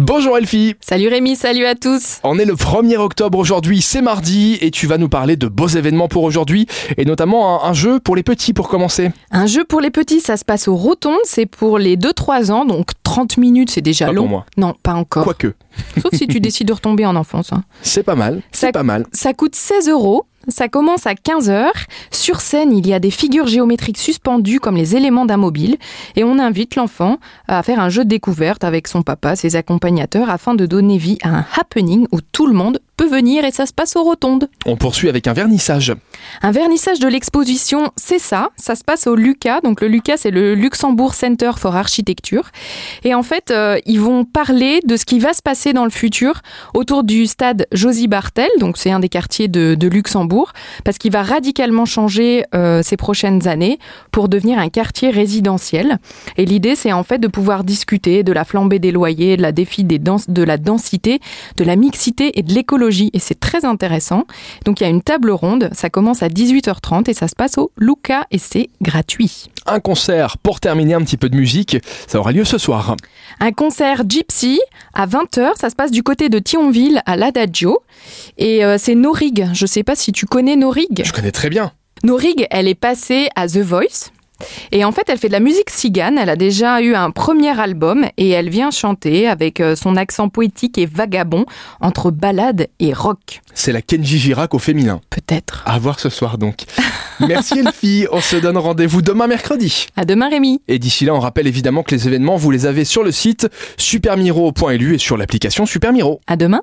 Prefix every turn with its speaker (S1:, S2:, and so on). S1: Bonjour Elfie
S2: Salut Rémi, salut à tous
S1: On est le 1er octobre aujourd'hui, c'est mardi, et tu vas nous parler de beaux événements pour aujourd'hui, et notamment un, un jeu pour les petits pour commencer.
S2: Un jeu pour les petits, ça se passe au Rotonde, c'est pour les 2-3 ans, donc 30 minutes, c'est déjà
S1: Pas
S2: long.
S1: pour moi.
S2: Non, pas encore.
S1: Quoique,
S2: Sauf si tu décides de retomber en enfance. hein.
S1: c'est pas mal,
S2: Ça-
S1: c'est pas mal.
S2: Ça coûte 16 euros. Ça commence à 15h. Sur scène, il y a des figures géométriques suspendues comme les éléments d'un mobile. Et on invite l'enfant à faire un jeu de découverte avec son papa, ses accompagnateurs, afin de donner vie à un happening où tout le monde peut venir et ça se passe au Rotonde.
S1: On poursuit avec un vernissage.
S2: Un vernissage de l'exposition, c'est ça. Ça se passe au Lucas. Donc le Lucas, c'est le Luxembourg Center for Architecture. Et en fait, euh, ils vont parler de ce qui va se passer dans le futur autour du stade Josie Bartel. Donc c'est un des quartiers de, de Luxembourg parce qu'il va radicalement changer euh, ces prochaines années pour devenir un quartier résidentiel. Et l'idée, c'est en fait de pouvoir discuter de la flambée des loyers, de la défi des dens- de la densité, de la mixité et de l'écologie. Et c'est très intéressant. Donc il y a une table ronde, ça commence à 18h30 et ça se passe au Luca et c'est gratuit.
S1: Un concert pour terminer un petit peu de musique, ça aura lieu ce soir.
S2: Un concert Gypsy à 20h, ça se passe du côté de Thionville à l'Adagio et euh, c'est Norig. Je sais pas si tu connais Norig.
S1: Je connais très bien.
S2: Norig, elle est passée à The Voice. Et en fait, elle fait de la musique cigane. Elle a déjà eu un premier album et elle vient chanter avec euh, son accent poétique et vagabond entre ballade et rock,
S1: C'est la Kenji Girac au féminin.
S2: peut-être.
S1: À voir ce soir donc. Merci Elfie, on se donne rendez-vous demain mercredi.
S2: À demain, Rémi.
S1: Et d'ici là, on rappelle évidemment que les événements, vous les avez sur le site supermiro.lu et sur l'application Supermiro.
S2: À demain.